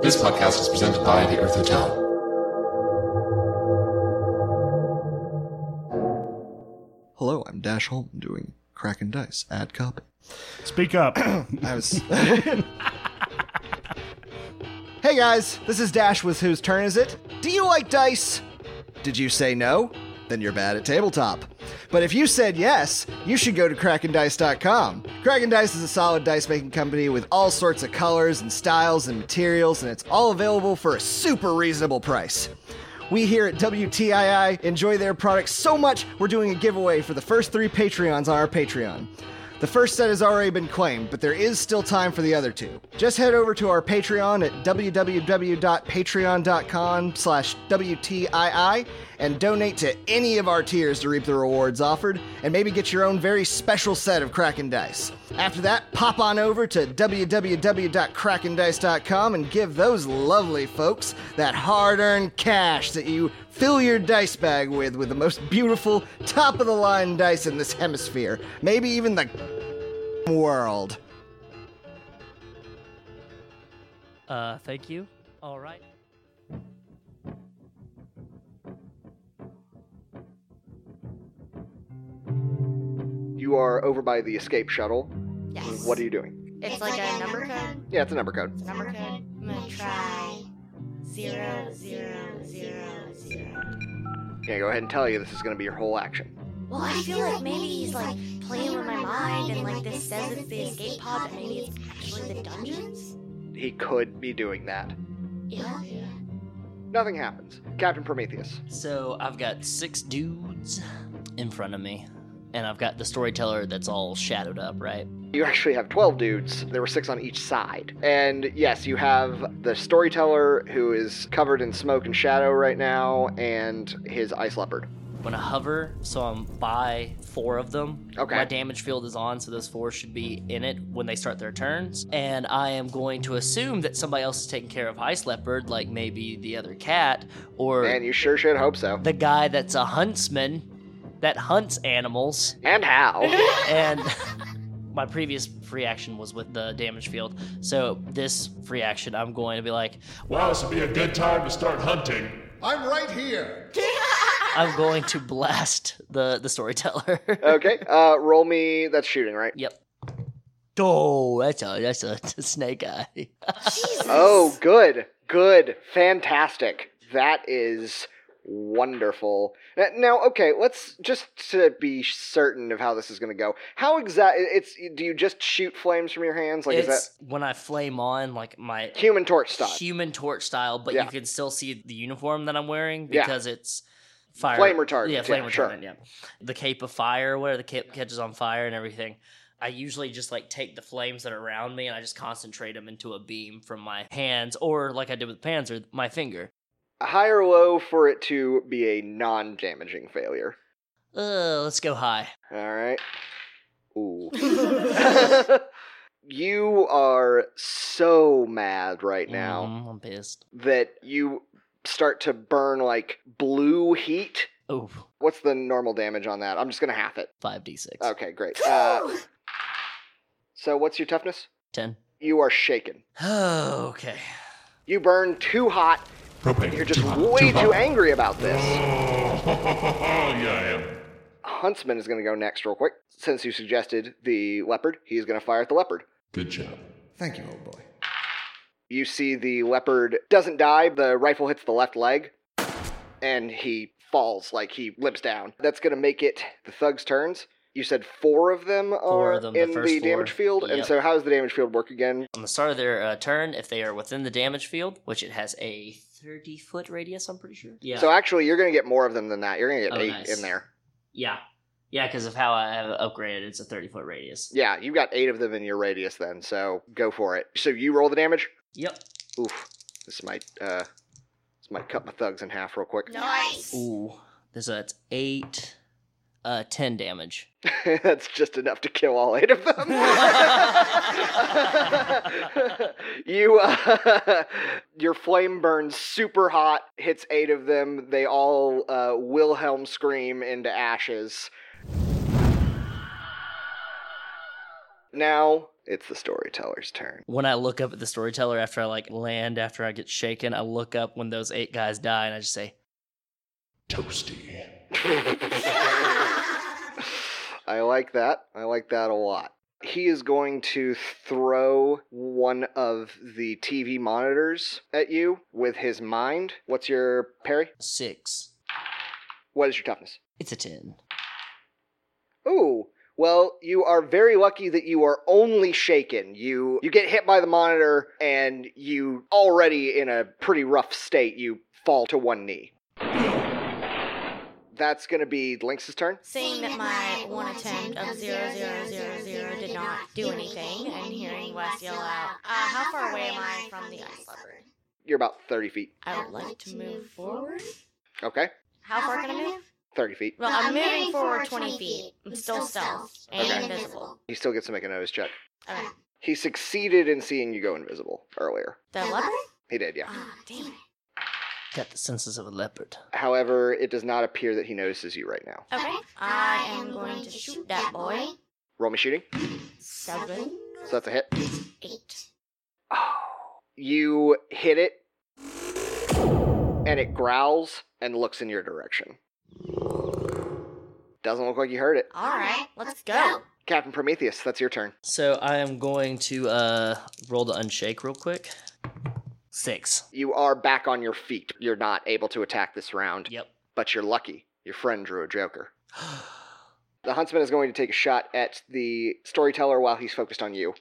This podcast is presented by the Earth Hotel. Hello, I'm Dash Holman doing Crack and Dice ad copy. Speak up. I was Hey guys, this is Dash with Whose Turn Is It? Do you like dice? Did you say no? Then you're bad at tabletop. But if you said yes, you should go to crackendice.com. Kraken Dice is a solid dice making company with all sorts of colors and styles and materials, and it's all available for a super reasonable price. We here at WTII enjoy their products so much, we're doing a giveaway for the first three Patreons on our Patreon. The first set has already been claimed, but there is still time for the other two. Just head over to our Patreon at www.patreon.com slash WTII and donate to any of our tiers to reap the rewards offered, and maybe get your own very special set of Kraken Dice. After that, pop on over to www.krakendice.com and give those lovely folks that hard-earned cash that you Fill your dice bag with with the most beautiful top of the line dice in this hemisphere, maybe even the world. Uh, thank you. All right. You are over by the escape shuttle. Yes. What are you doing? It's like a number code. Yeah, it's a number code. Number code. I'm gonna try zero zero zero zero. Yeah, go ahead and tell you this is going to be your whole action. Well, I feel like maybe he's like playing with my mind, and like this says it's the escape pod, but maybe it's actually the dungeons. He could be doing that. Yeah. Nothing happens. Captain Prometheus. So I've got six dudes in front of me, and I've got the storyteller that's all shadowed up, right? You actually have 12 dudes. There were six on each side. And yes, you have the storyteller who is covered in smoke and shadow right now, and his ice leopard. I'm gonna hover, so I'm by four of them. Okay. My damage field is on, so those four should be in it when they start their turns. And I am going to assume that somebody else is taking care of Ice Leopard, like maybe the other cat, or And you sure should hope so. the guy that's a huntsman that hunts animals. And how? and my previous free action was with the damage field. So this free action, I'm going to be like, Wow, this would be a good time to start hunting. I'm right here. I'm going to blast the the storyteller. okay, uh, roll me. That's shooting, right? yep. Oh, that's a that's a, snake eye. Oh, good, good, fantastic. That is wonderful. N- Now, okay, let's just to be certain of how this is going to go. How exact? It's do you just shoot flames from your hands? Like is it's when I flame on like my that human torch style? human torch style, but Yeah. you can still see the uniform that I'm wearing Yeah. because it's fire Flame retardant, Yeah, flame yeah, retardant. sure. Yeah, the cape of fire, where the cape catches on fire and everything. I usually just like take the flames that are around me and I just concentrate them into a beam from my hands, or like I did with Panzer, my finger. High or low for it to be a non-damaging failure. Uh, let's go high. All right. Ooh. you are so mad right now. Mm, I'm pissed. that you start to burn like blue heat. Oh, What's the normal damage on that? I'm just gonna half it. 5d6. Okay, great. Uh, so what's your toughness? 10. You are shaken. okay. You burn too hot. Propane. You're just Too hot, way too hot. angry about this. Oh, yeah, I am. Huntsman is gonna go next real quick. Since you suggested the leopard, he's gonna fire at the leopard. Good job. Thank you, old boy. You see the leopard doesn't die, the rifle hits the left leg, and he falls like he limps down. That's going to make it the thug's turns. You said four of them are Four of them, the in the, first four. damage field, and Yep. so how does the damage field work again? On the start of their uh, turn, if they are within the damage field, which it has a 30 foot radius, I'm pretty sure. Yeah. So actually, you're going to get more of them than that. You're going to get Oh, eight nice. in there. Yeah. Yeah, because of how I have upgraded, it's a 30 foot radius. Yeah, you've got eight of them in your radius then, so go for it. So you roll the damage. Yep. Oof, this might uh, this might cut my thugs in half real quick. Nice. Ooh. There's a, it's 8, uh, 10 damage. That's just enough to kill all eight of them. you, uh, your flame burns super hot, hits eight of them. They all uh, Wilhelm scream into ashes. Now It's the storyteller's turn. When I look up at the storyteller after I like land, after I get shaken, I look up when those eight guys die and I just say, Toasty. I like that. I like that a lot. He is going to throw one of the TV monitors at you with his mind. What's your parry? six. What is your toughness? It's a 10. Ooh. Well, you are very lucky that you are only shaken. You you get hit by the monitor and you already in a pretty rough state, you fall to one knee. That's going to be Lynx's turn. Saying that my one attempt of zero zero zero zero did not do anything, and hearing Wes yell out, uh, "How far away am I from the ice leopard?" You're about 30 feet. I would like to move forward. Okay? How far can I move? 30 feet. Well, I'm moving forward 20 feet. I'm still stealth and Okay. invisible. He still gets to make a notice check. Okay. He succeeded in seeing you go invisible earlier. The leopard? He did, yeah. Ah, damn it. Got the senses of a leopard. However, it does not appear that he notices you right now. Okay. I am going to shoot that boy. Roll me shooting. Seven, So that's a hit. eight. You hit it, and it growls and looks in your direction. Doesn't look like you heard it. All right, let's go. Captain Prometheus, that's your turn. So I am going to uh, roll the unshake real quick. Six. You are back on your feet. You're not able to attack this round, Yep. but you're lucky. Your friend drew a joker. The huntsman is going to take a shot at the storyteller while he's focused on you.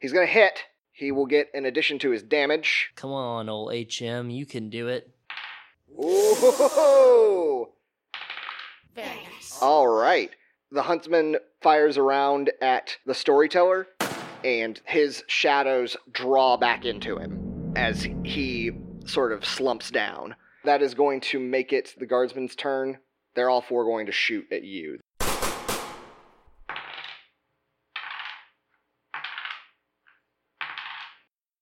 He's going to hit. He will get an addition to his damage. Come on, old HM, you can do it. Ooh! Very nice. All right. The huntsman fires around at the storyteller, and his shadows draw back into him as he sort of slumps down. That is going to make it the guardsman's turn. They're all four going to shoot at you.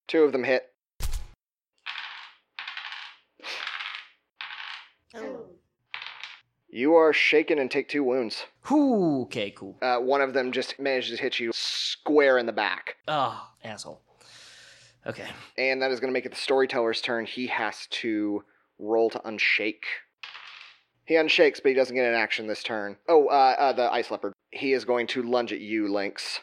Two of them hit. Oh. You are shaken and take two wounds. Whoo, okay, cool. Uh, one of them just manages to hit you square in the back. Ah, asshole. Okay. And that is going to make it the storyteller's turn. He has to roll to unshake. He unshakes, but he doesn't get an action this turn. Oh, uh, uh, the ice leopard. He is going to lunge at you, Lynx.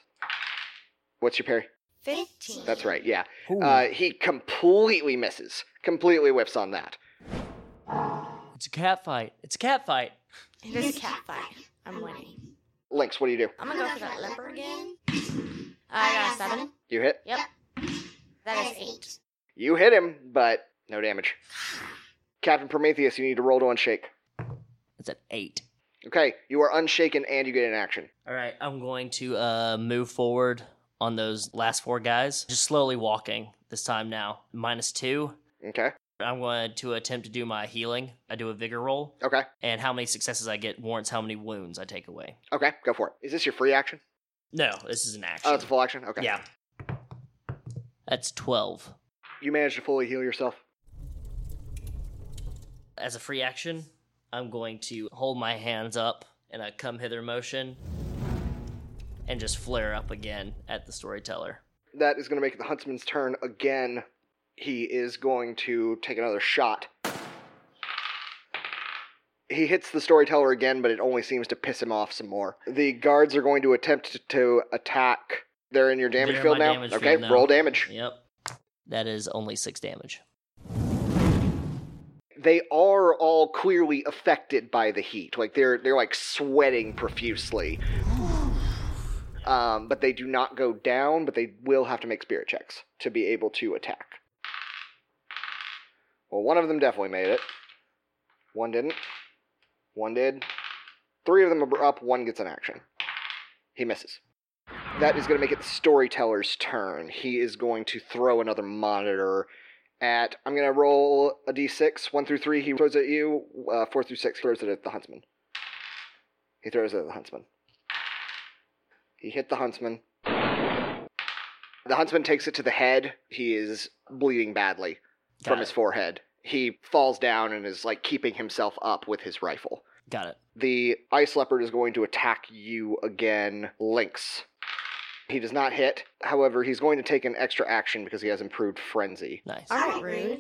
What's your parry? 15. That's right, yeah. Hmm. Uh, he completely misses. Completely whips on that. It's a cat fight. It's a cat fight. It is a cat fight. I'm winning. Lynx, what do you do? I'm gonna go for that leopard again. I got a seven. You hit? Yep. That is eight. You hit him, but no damage. Captain Prometheus, you need to roll to unshake. It's an eight. Okay, you are unshaken and you get an action. All right, I'm going to uh, move forward on those last four guys. Just slowly walking this time now. Minus two. Okay, I'm going to attempt to do my healing. I do a vigor roll, okay, and how many successes I get warrants how many wounds I take away. okay, go for it. Is this your free action? No, this is an action. Oh, it's a full action? Okay. Yeah. That's 12. You managed to fully heal yourself. As a free action, I'm going to hold my hands up in a come hither motion and just flare up again at the storyteller. That is going to make it the huntsman's turn again. He is going to take another shot. He hits the storyteller again, but it only seems to piss him off some more. The guards are going to attempt to attack. They're in your damage They're in field my now. damage okay, field now. roll damage. Yep. That is only 6 damage. They are all clearly affected by the heat. Like they're they're like sweating profusely. Um, but they do not go down, but they will have to make spirit checks to be able to attack. Well, one of them definitely made it. One didn't. One did. Three of them are up, one gets an action. He misses. That is going to make it the storyteller's turn. He is going to throw another monitor at. I'm going to roll a d6. 1 through 3, he throws it at you. Uh, 4 through 6, throws it at the huntsman. He throws it at the huntsman. He hit the huntsman. The huntsman takes it to the head. He is bleeding badly Got from it. his forehead. He falls down and is like keeping himself up with his rifle. Got it. The ice leopard is going to attack you again, Lynx. He does not hit. However, he's going to take an extra action because he has improved frenzy. Nice. Alright, rude.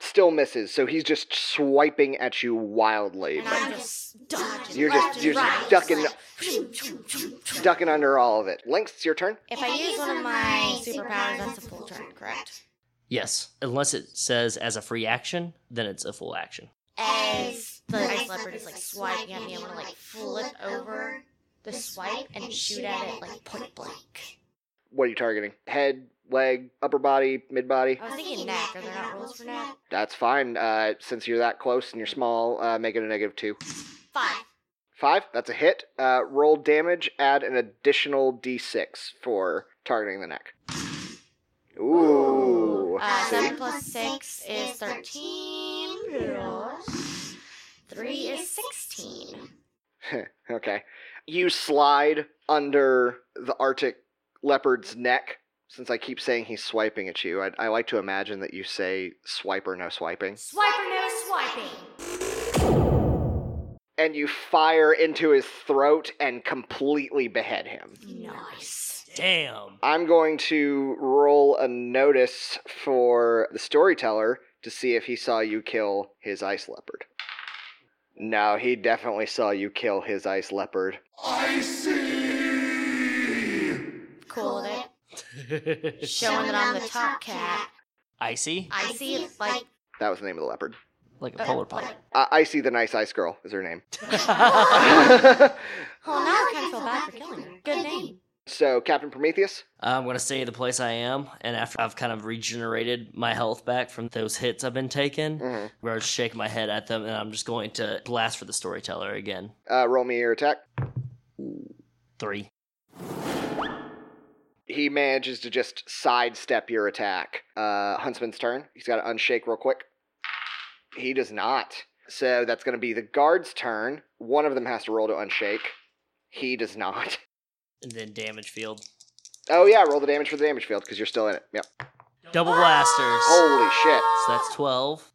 Still misses, so he's just swiping at you wildly. And I'm just dodging. You're just left and you're right, just ducking like, phew, phew, phew, phew. ducking under all of it. Lynx, it's your turn. If I use one of my superpowers, that's a full turn, correct? Yes, unless it says as a free action, then it's a full action. As the ice leopard is like swiping at me, I want to like flip over the swipe and shoot at it like point blank. What are you targeting? Head, leg, upper body, mid body? I was thinking neck. Are there not rules for neck? That's fine. Uh, since you're that close and you're small, uh, make it a negative two. Five. Five. That's a hit. Uh, roll damage. Add an additional d6 for targeting the neck. Ooh. Uh, See? seven plus six is thirteen. Plus Three is sixteen. okay. You slide under the Arctic leopard's neck. Since I keep saying he's swiping at you, I, I like to imagine that you say swipe or no swiping. Swiper no swiping. And you fire into his throat and completely behead him. Nice. Damn. I'm going to roll a notice for the storyteller to see if he saw you kill his ice leopard. No, he definitely saw you kill his ice leopard. I see. Cool with it. Showing that I'm the top cat. Icy? I see it like That was the name of the leopard. Like a polar pop. like. Uh, Icy the Nice Ice Girl is her name. uh, Well, "Oh, now I kind of feel bad for killing her. Good name. so, Captain Prometheus, I'm going to stay the place I am, and after I've kind of regenerated my health back from those hits I've been taking, Mhm. where I shake my head at them, and I'm just going to blast for the storyteller again. uh, roll me your attack. Three. He manages to just sidestep your attack. Uh, Huntsman's turn. He's got to unshake real quick. He does not. So that's going to be the guard's turn. One of them has to roll to unshake. He does not. And then damage field. Oh, yeah, roll the damage for the damage field because you're still in it. Yep. Double Ah! blasters. Holy shit. So that's 12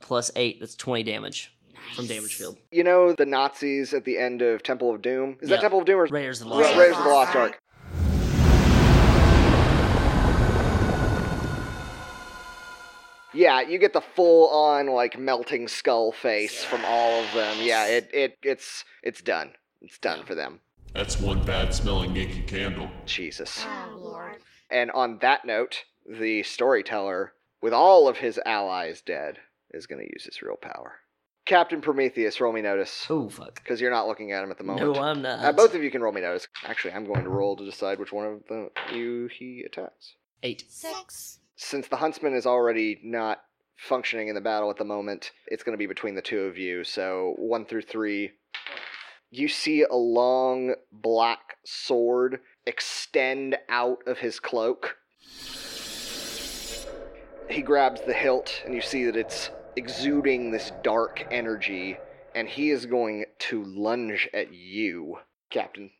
plus 8. That's 20 damage from damage field. You know the Nazis at the end of Temple of Doom? Is Yeah. that Temple of Doom or Raiders of the Lost Ra- Raiders Ark. Raiders of the Lost Ark? Yeah, you get the full on like melting skull face from all of them. Yeah, it, it it's it's done. It's done for them. That's one bad smelling Yankee candle. Jesus. Oh, Lord. And on that note, the storyteller, with all of his allies dead, is going to use his real power. Captain Prometheus, roll me notice Oh, fuck. because you're not looking at him at the moment. No, I'm not. Uh, both of you can roll me notice. Actually, I'm going to roll to decide which one of the you he attacks. Eight. Six. Since the huntsman is already not functioning in the battle at the moment, it's going to be between the two of you. So one through three. You see a long black sword extend out of his cloak. He grabs the hilt, and you see that it's exuding this dark energy, and he is going to lunge at you, Captain.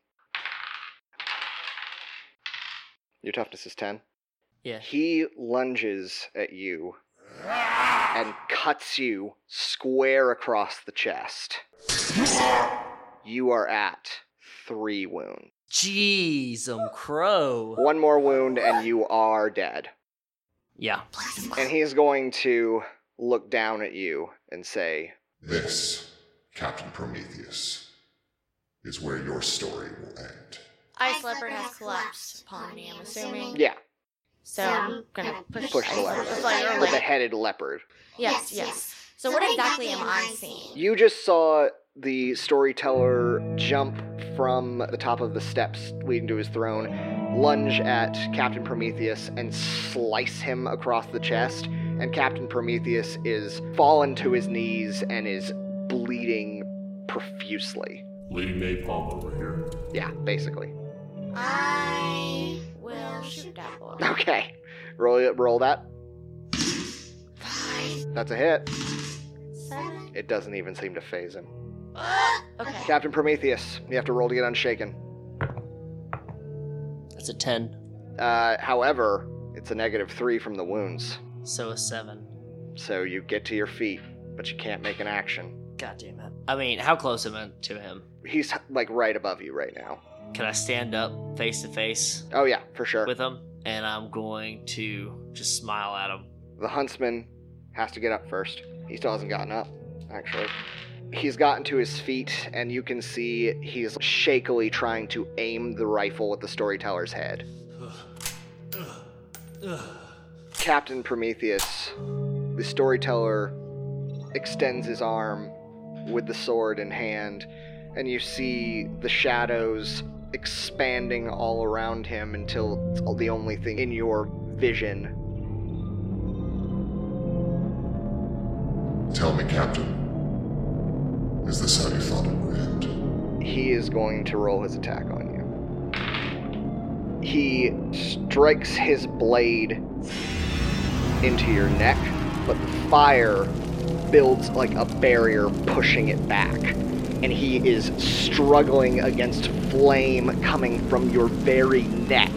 Your toughness is 10. Yeah. He lunges at you and cuts you square across the chest. You are at three wounds. Jeez, um, crow. One more wound, and you are dead. Yeah. And he is going to look down at you and say, This, Captain Prometheus, is where your story will end. Ice leopard has collapsed upon me, I'm assuming. Yeah, So I'm gonna push, push the ice leopard. leopard. It's like, you're The like- beheaded leopard. Yes, yes. So what exactly am I seeing? You just saw the storyteller jump from the top of the steps leading to his throne, lunge at Captain Prometheus, and slice him across the chest. And Captain Prometheus is fallen to his knees and is bleeding profusely. Lady Napalm over here. Yeah, basically. I will shoot that boy. Okay, roll roll that. Five, That's a hit. seven. It doesn't even seem to phase him. Okay. Captain Prometheus, you have to roll to get unshaken. That's a 10. Uh, however, it's a negative three from the wounds. So a 7. So you get to your feet, but you can't make an action. God damn it. I mean, how close am I to him? He's like right above you right now. Can I stand up face to face Oh, yeah, for sure. with him? And I'm going to just smile at him. The huntsman has to get up first. He still hasn't gotten up, actually. He's gotten to his feet, and you can see he's shakily trying to aim the rifle at the storyteller's head. Captain Prometheus, the storyteller, extends his arm with the sword in hand, and you see the shadows expanding all around him until it's the only thing in your vision Tell me, Captain, is this how you thought it would end? he is going to roll his attack on you. He strikes his blade into your neck, but the fire builds like a barrier, pushing it back. And he is struggling against flame coming from your very neck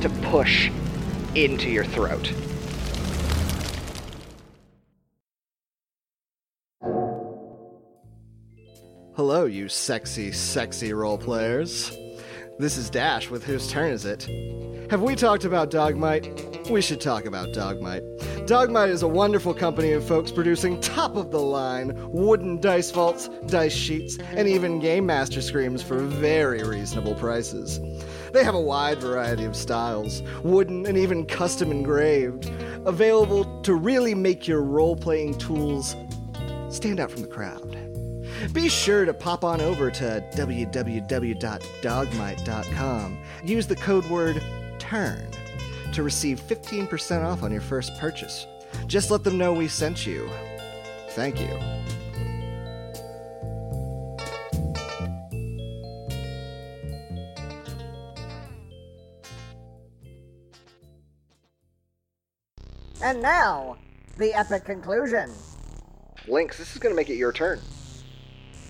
to push into your throat. Hello, you sexy, sexy role players. This is Dash with Whose Turn Is It? Have we talked about Dogmite? We should talk about Dogmite. Dogmite is a wonderful company of folks producing top of the line wooden dice vaults, dice sheets, and even game master screams for very reasonable prices. They have a wide variety of styles, wooden and even custom engraved, available to really make your role playing tools stand out from the crowd. Be sure to pop on over to www.dogmite.com. Use the code word TURN to receive 15% off on your first purchase. Just let them know we sent you. Thank you. And now, the epic conclusion. Lynx, this is going to make it your turn.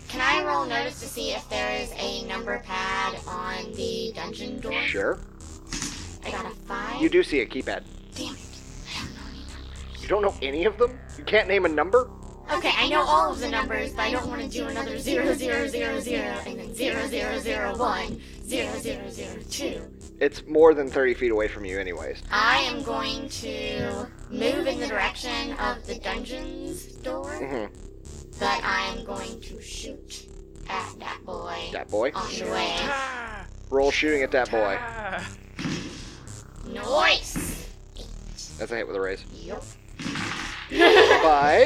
Can I roll notice to see if there is a number pad on the dungeon door? Sure. I got a five. You do see a keypad. Damn it. I don't know any You don't know any of them? You can't name a number? numbers. Okay, I know all of the numbers, but I don't want to do another zero zero zero zero and then zero zero zero one zero zero zero two. It's more than 30 feet away from you, anyways. I am going to move in the direction of the dungeon's door, Mm-hmm. but I am going to shoot at that boy That boy. on the way. Roll shooting at that boy. Noise. That's a hit with a raise. Yup. But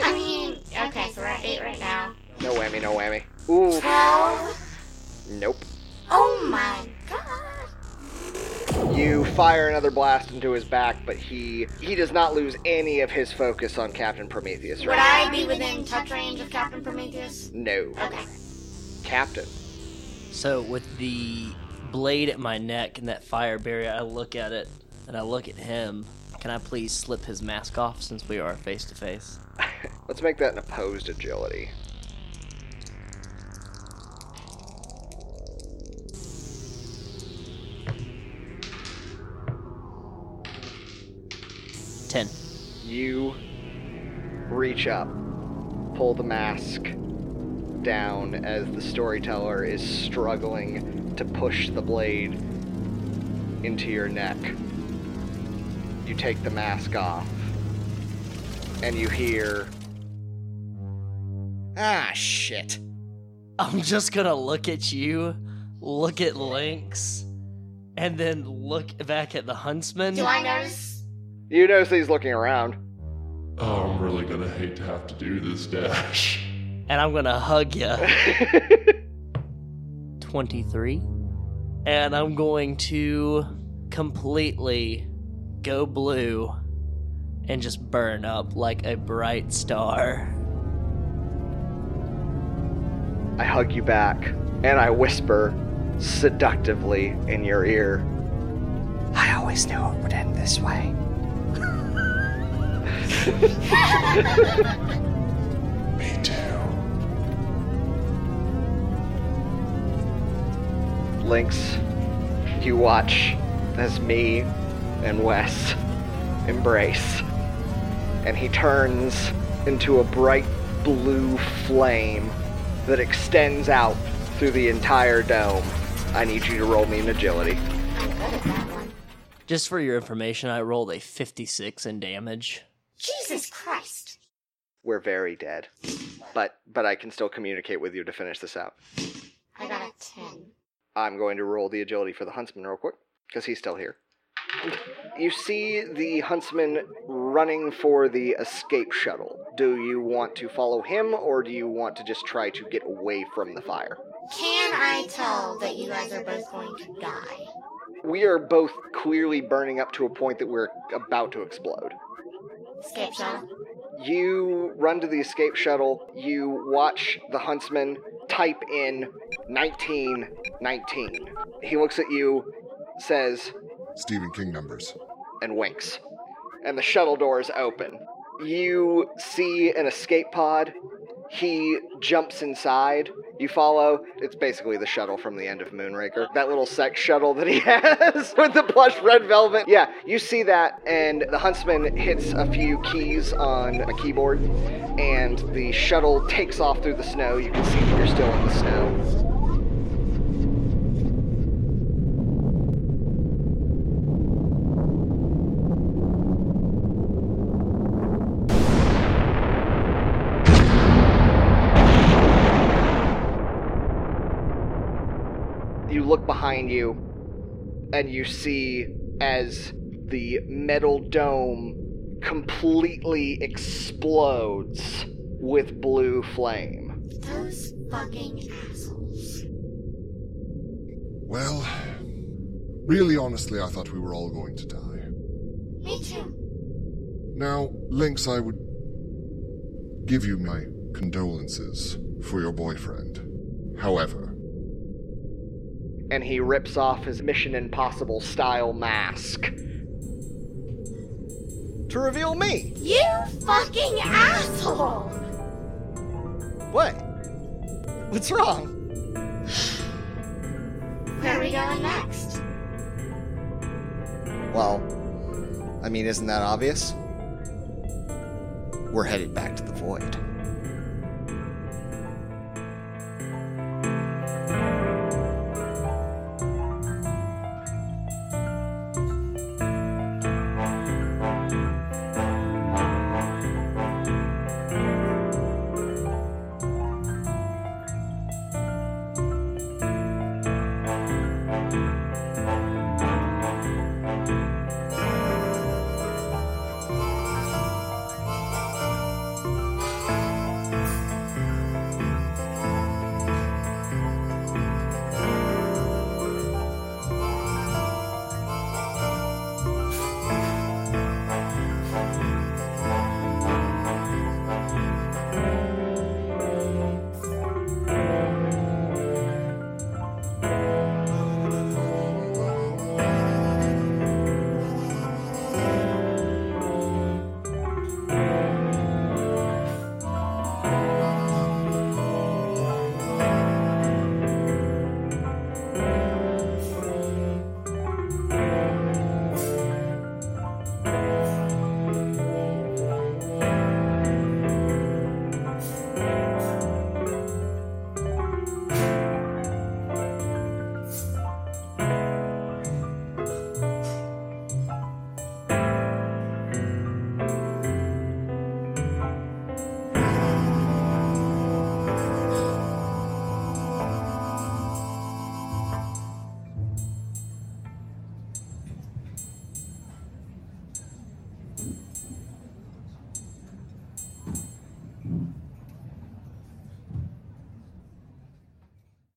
I mean, okay, so we're at eight right now. no whammy, no whammy. Ooh, Twelve. nope. Oh my god. You fire another blast into his back, but he he does not lose any of his focus on Captain Prometheus, Would right? I be within touch range of Captain Prometheus? No. Okay. Captain. So with the blade at my neck and that fire barrier, I look at it and I look at him. Can I please slip his mask off since we are face to face? Let's make that an opposed agility. Ten. You reach up, pull the mask down as the storyteller is struggling to push the blade into your neck. You take the mask off, and you hear. Ah, shit. I'm just gonna look at you, look at Lynx, and then look back at the huntsman. Do I notice? You notice he's looking around. Oh, I'm really gonna hate to have to do this, Dash. And I'm gonna hug you. 23. And I'm going to completely go blue and just burn up like a bright star. I hug you back, and I whisper seductively in your ear. I always knew it would end this way. Me too. Lynx, you watch as me and Wes embrace. And he turns into a bright blue flame that extends out through the entire dome. I need you to roll me an agility. I'm good at that one. Just for your information, I rolled a 56 in damage. Jesus Christ. We're very dead, but but I can still communicate with you to finish this out. I got a 10. I'm going to roll the agility for the huntsman real quick because he's still here. You see the huntsman running for the escape shuttle. Do you want to follow him or do you want to just try to get away from the fire? Can I tell that you guys are both going to die? We are both clearly burning up to a point that we're about to explode. Escape shuttle. You run to the escape shuttle. You watch the huntsman type in 1919. He looks at you, says, Stephen King numbers. and winks. And the shuttle doors open. You see an escape pod. He jumps inside. You follow. It's basically the shuttle from the end of Moonraker. That little sex shuttle that he has with the plush red velvet. Yeah, you see that, and the huntsman hits a few keys on a keyboard, and the shuttle takes off through the snow. You can see that you're still in the snow. you look behind you and you see as the metal dome completely explodes with blue flame. Those fucking assholes. Well, really honestly, I thought we were all going to die. Me too. Now, Lynx, I would give you my condolences for your boyfriend. However, And he rips off his Mission Impossible style mask. To reveal me! You fucking asshole! What? What's wrong? Where are we going next? Well, I mean, isn't that obvious? We're headed back to the void.